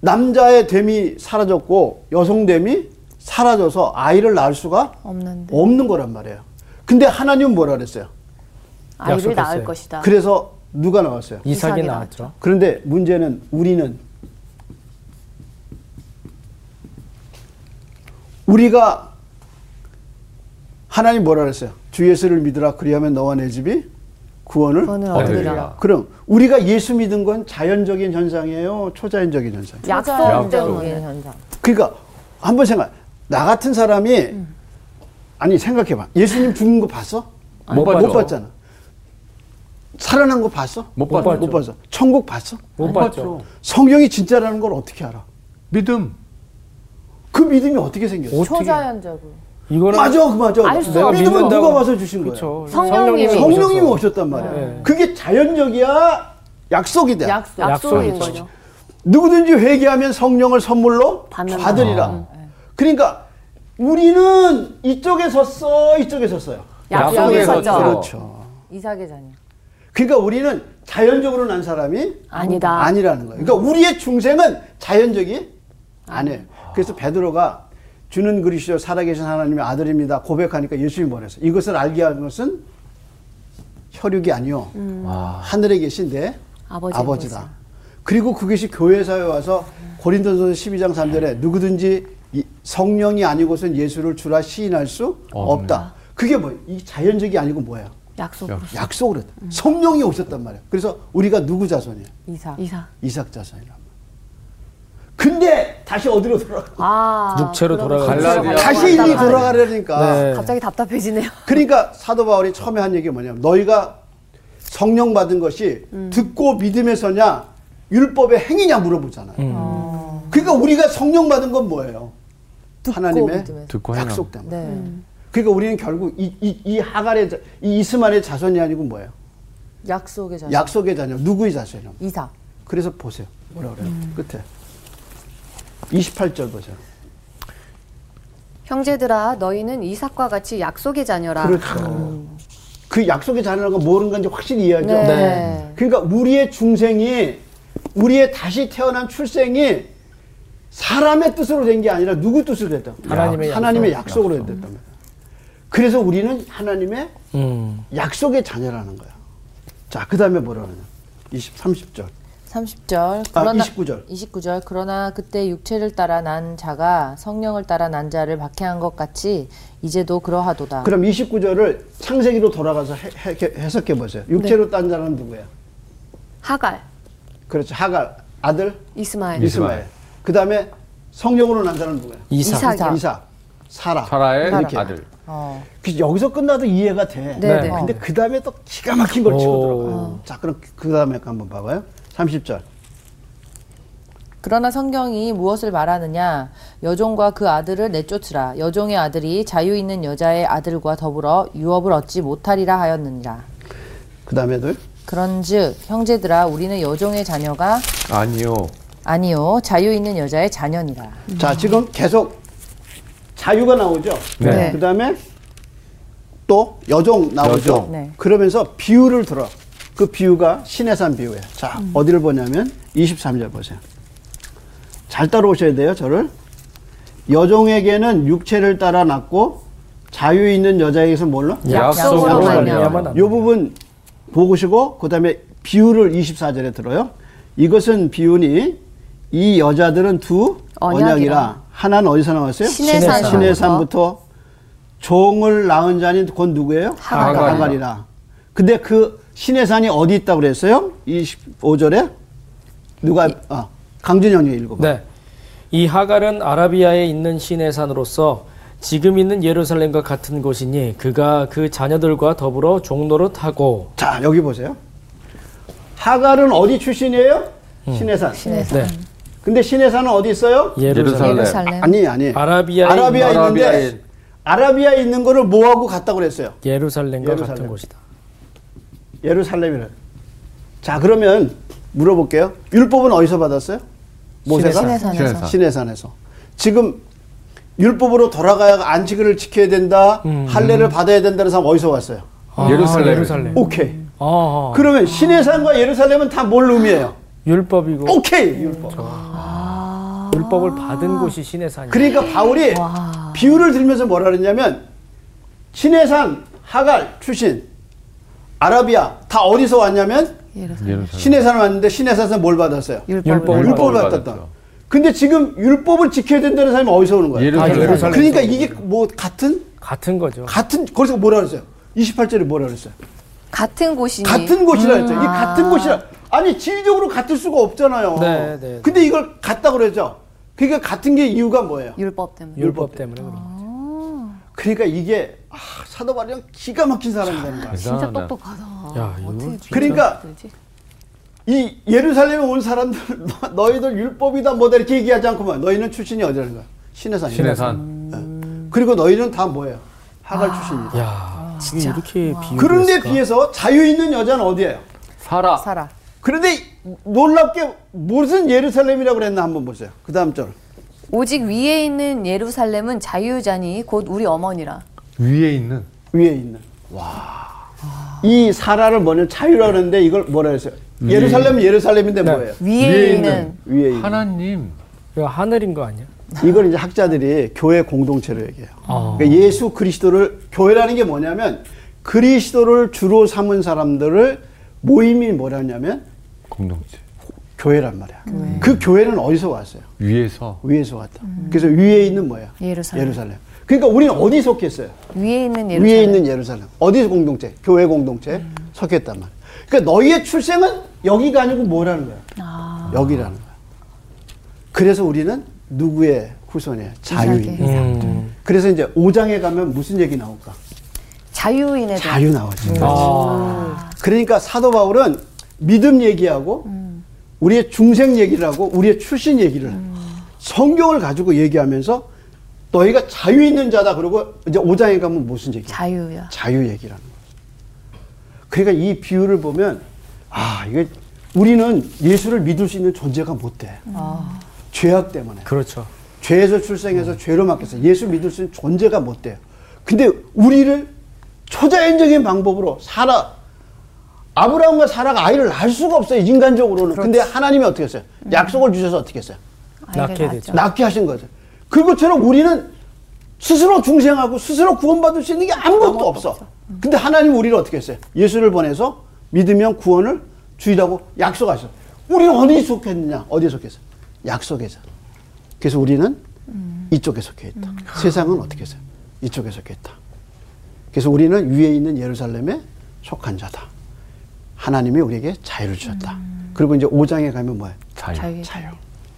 남자의 됨이 사라졌고 여성 됨이 사라져서 아이를 낳을 수가
없는데.
없는 거란 말이에요. 근데 하나님은 뭐라 그랬어요?
아이를 낳을
약속했어요.
것이다.
그래서 누가 나왔어요?
이삭이
이삭이
나왔죠.
그런데 문제는 우리는 우리가 하나님 뭐라 그랬어요? 주 예수를 믿으라 그리하면 너와 내 집이 구원을
구원을
어, 얻으리라.
그럼 우리가 예수 믿은 건 자연적인 현상이에요, 초자연적인 현상. 이에요
약속
때문에
때문에.
현상.
그러니까 한번 생각. 나 같은 사람이 아니 생각해봐. 예수님 죽은 거 봤어?
못 봤죠.
못 봤잖아. 살아난 거 봤어?
못 봤죠.
못 봤어. 천국 봤어?
못 봤죠.
성경이 진짜라는 걸 어떻게 알아?
믿음.
그 믿음이 어떻게 생겼어?
어떻게-
초자연적으로.
이거는
맞아, 그 맞아.
알수
내가
없는
믿음은
거라고.
누가 와서 주신 거야?
그렇죠.
성령님이
성령님이
오셔서.
오셨단 말이야.
네.
그게 자연적이야, 약속이 돼.
약속.
약속인
약속이죠.
거죠.
누구든지 회개하면 성령을 선물로
받는다.
받으리라. 그러니까 우리는 이쪽에 섰어, 이쪽에 섰어요.
약속의
약속의 거죠.
거죠.
그렇죠.
이삭의 자녀.
그러니까 우리는 자연적으로 난 사람이
아니다.
아니라는 거예요. 그러니까 우리의 중생은 자연적이 아니에요. 그래서 베드로가 주는 그리스도 살아계신 하나님의 아들입니다. 고백하니까 예수님이 뭐랬어요? 이것을 알게 한 것은 혈육이 아니요 하늘에 계신 내
음. 아버지의
아버지다. 그리고 그것이 교회 사에 와서 고린도전서 12장 3절에 누구든지 이 성령이 아니고선 예수를 주라 시인할 수
없네.
없다. 그게 뭐예요? 이 자연적이 아니고 뭐예요?
약속.
약속을 했다. 성령이 오셨단 말이야. 그래서 우리가 누구 자손이야?
이삭.
이사.
이삭 자손이란 말이야. 근데 다시 어디로 돌아?
아.
육체로 돌아가는
어, 갈라디아.
거죠.
다시
왔다
일이
갔다
돌아가려니까.
네.
갑자기 답답해지네요.
그러니까 사도 바울이 처음에 한 얘기 뭐냐면 너희가 성령 받은 것이
음.
듣고 믿음에서냐 율법의 행위냐 물어보잖아요.
음.
그러니까 우리가 성령 받은 건 뭐예요? 하나님의
믿음에서.
듣고 행함.
약속 때문에.
네.
그러니까 우리는 결국 이, 이, 이 하갈의 자- 이 이스마엘의 자손이 아니고 뭐예요?
약속의 자녀.
약속의 자녀. 누구의 자손이요?
이삭.
그래서 보세요. 뭐라 그래요? 끝에. 28절 보세요.
형제들아 너희는 이삭과 같이 약속의 자녀라.
그렇죠. 그 약속의 자녀라는 건 모르는 건지 확실히 이해하죠.
네.
네.
그러니까 우리의 중생이 우리의 다시 태어난 출생이 사람의 뜻으로 된 게 아니라 누구 뜻으로 됐다?
하나님의
하나님의 약속으로 됐단 말이야. 그래서 우리는 하나님의
음.
약속의 자녀라는 거야. 자, 그다음에 뭐라 그러냐? 20 30절.
30절
아, 29절.
29절 그러나 그때 육체를 따라 난 자가 성령을 따라 난 자를 박해한 것 같이 이제도 그러하도다.
그럼 29절을 창세기로 돌아가서 해, 석해 보세요. 육체로 딴 자는 누구야?
하갈,
그렇죠. 하갈 아들
이스마엘.
이스마엘.
이스마엘. 그다음에 성령으로 난 자는 누구야?
이삭.
이삭. 사라.
사라의
이렇게.
아들.
어.
그 여기서 끝나도 이해가 돼.
네.
네.
근데 그 다음에 또 기가 막힌 걸 치고
오.
들어가요. 자, 그럼 그 다음에 거 한번 봐봐요. 30절.
그러나 성경이 무엇을 말하느냐? 여종과 그 아들을 내쫓으라. 여종의 아들이 자유 있는 여자의 아들과 더불어 유업을 얻지 못하리라 하였느니라.
그 다음에도
그런즉 형제들아 우리는 여종의 자녀가
아니요.
아니요 자유 있는 여자의 자녀니라.
자, 지금 계속 자유가 나오죠.
네.
그 다음에 또 여종 나오죠.
여종.
네.
그러면서 비유를 들어. 그 비유가 신의 산 비유예요. 자, 어디를 보냐면 23절 보세요. 잘 따라오셔야 돼요, 저를. 여종에게는 육체를 따라 낳고 자유 있는 여자에게서 뭘로?
약속으로
약속으로
말미암아.
말미암아.
요 부분 보고시고 그다음에 비유를 24절에 들어요. 이것은 비유니 이 여자들은 두
언약이라.
언약이라, 하나는 어디서 나왔어요?
신의 산.
신의 산부터 종을 낳은 자는 곧 누구예요?
하갈이라.
하갈이라. 근데 그 신의 산이 어디 있다고 그랬어요? 25절에 누가 아, 강준영이 읽어봐.
네. 이 하갈은 아라비아에 있는 신의 산으로서 지금 있는 예루살렘과 같은 곳이니 그가 그 자녀들과 더불어 종로로 타고
자 여기 보세요. 하갈은 어디 출신이에요? 신의 산.
네.
근데 신의 산은 어디 있어요?
예루살렘
예루살렘.
아니 아니
아라비아인-
아라비아
아라비아인.
있는데 아라비아 있는 거를 뭐하고 갔다고 그랬어요
예루살렘과 같은
예루살렘.
곳이다.
예루살렘이는 자 그러면 물어볼게요 율법은 어디서 받았어요 모세가
신의
신의
산.
신의 산에서 지금 율법으로 돌아가야 안식일을 지켜야 된다 할례를 받아야 된다는 사람 어디서 왔어요
아,
예루살렘.
예루살렘.
오케이
어, 어.
그러면 신의 산과 예루살렘은 다 뭘 의미해요
율법이고
오케이 율법
율법을 받은 곳이 신의 산이다.
그러니까 바울이 비유를 들면서 뭐라 그랬냐면 신해산 하갈 출신 아라비아 다 어디서 왔냐면 신해산 왔는데 신해산에서 뭘 받았어요?
율법을
율법을
받았죠.
받았다. 근데 지금 율법을 지켜야 된다는 사람이 어디서 오는 거야?
예루살렘.
아, 예루살렘.
그러니까 이게 뭐 같은
같은 거죠.
같은 거기서 뭐라 그랬어요? 28절에 뭐라 그랬어요?
같은 곳이니
같은 곳이라 했죠. 이 같은 곳이라. 아니 지리적으로 같을 수가 없잖아요.
네, 네.
근데 이걸 같다 그랬죠. 그러니까 같은 게 이유가 뭐예요?
율법 때문에
율법 때문에 그런 거죠.
그러니까 이게 아, 사도 바리랑 기가 막힌 사람이라는 거야.
진짜
똑똑하다.
야, 이거
그러니까 이 예루살렘에 온 사람들 너- 너희들 율법이다 뭐다 이렇게 얘기하지 않고만 너희는 출신이 어디라는 거야? 신의 산이야.
신의 산.
예. 그리고 너희는 다 뭐예요? 하갈 출신이다.
야, 진짜 이렇게 비유.
그런데 비해서 자유 있는 여자는 어디예요?
사라.
살아.
그런데 놀랍게 무슨 예루살렘이라고 그랬나 한번 보세요. 그 다음 절.
오직 위에 있는 예루살렘은 자유자니 곧 우리 어머니라.
위에 있는.
위에 있는. 와. 이 사라를 뭐냐 자유라 그러는데 이걸 뭐라 했어요? 예루살렘은 예루살렘인데 뭐예요?
위에,
위에
있는,
있는.
위에 있는.
하나님.
그 하늘인 거 아니야?
이걸 이제 학자들이 교회 공동체로 얘기해요.
아.
그러니까 예수 그리스도를 교회라는 게 뭐냐면 그리스도를 주로 삼은 사람들을 모임이 뭐라냐면
공동체.
교회란 말이야. 그 교회는 어디서 왔어요?
위에서.
위에서 왔다. 그래서 위에 있는 뭐야?
음. 예루살렘.
그러니까 우리는 어디 속했어요?
위에 있는 예루살렘. 음.
위에 있는 예루살렘. 어디 공동체? 교회 공동체 속했단 말이야. 그러니까 너희의 출생은 여기가 아니고 뭐라는 거야? 여기라는 거야. 그래서 우리는 누구의 후손이야? 자유인.
음.
그래서 이제 5장에 가면 무슨 얘기 나올까?
자유인에 대한
자유 나오죠.
아,
그러니까 사도 바울은 믿음 얘기하고 우리의 중생 얘기를 하고 우리의 출신 얘기를 해요. 성경을 가지고 얘기하면서 너희가 자유 있는 자다 그러고 이제 5장에 가면 무슨 얘기?
자유야.
자유 얘기라는 거예요. 그러니까 이 비유를 보면 아, 이게 우리는 예수를 믿을 수 있는 존재가 못 돼. 죄악 때문에.
그렇죠.
죄에서 출생해서 죄로 맡겨서 예수 믿을 수 있는 존재가 못 돼요. 근데 우리를 초자연적인 방법으로 살아 아브라함과 사라가 아이를 낳을 수가 없어요 인간적으로는. 근데 하나님이 어떻게 했어요? 약속을 주셔서 어떻게 했어요?
아이를
낳게
낳죠.
되죠.
낳게 하신 거죠. 그것처럼 우리는 스스로 중생하고 스스로 구원받을 수 있는 게 아무것도 없어. 음. 근데 하나님 우리를 어떻게 했어요? 예수를 보내서 믿으면 구원을 주리라고 약속하셨어. 우리는 어디 속했느냐? 어디에 속했어? 약속에서. 그래서 우리는 이쪽에 속해 있다. 세상은 어떻게 했어요? 이쪽에 속해 있다. 그래서 우리는 위에 있는 예루살렘에 속한 자다. 하나님이 우리에게 자유를 주셨다. 그리고 이제 5장에 가면 뭐예요?
자유.
자유의
자유.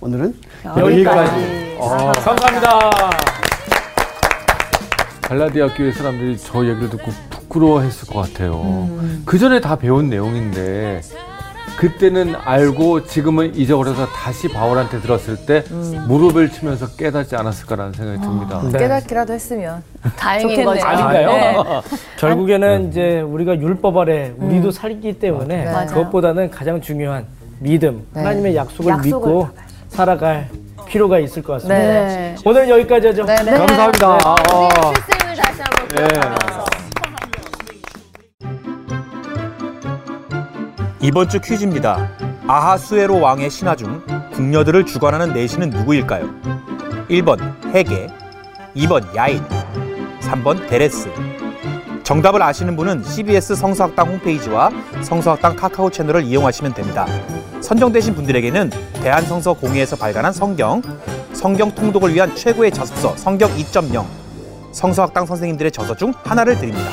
오늘은
아.
여기까지. 어.
감사합니다.
갈라디아 교회 사람들이 저 얘기를 듣고 부끄러워했을 것 같아요. 그 전에 다 배운 내용인데 그때는 알고 지금은 잊어버려서 다시 바울한테 들었을 때 무릎을 치면서 깨닫지 않았을까라는 생각이 듭니다.
네.
깨닫기라도 했으면
다행인
좋겠네요.
거죠.
아닌가요?
네.
결국에는 이제 우리가 율법 아래 우리도 살기 때문에
맞아요.
그것보다는 가장 중요한 믿음,
네.
하나님의 약속을,
약속을
믿고 살아갈 필요가 있을 것 같습니다.
네.
오늘 여기까지 하죠.
감사합니다. 아, 아.
실생을 다시 한번 기억하면서.
이번 주 퀴즈입니다. 아하수에로 왕의 신하 중 궁녀들을 주관하는 내신은 누구일까요? 1번 해계, 2번 야인, 3번 데레스. 정답을 아시는 분은 CBS 성서학당 홈페이지와 성서학당 카카오 채널을 이용하시면 됩니다. 선정되신 분들에게는 대한성서공회에서 발간한 성경, 성경 통독을 위한 최고의 저습서 성경 2.0, 성서학당 선생님들의 저서 중 하나를 드립니다.